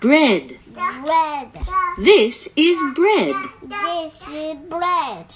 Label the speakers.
Speaker 1: bread.
Speaker 2: bread.
Speaker 1: This is bread.
Speaker 2: This is bread.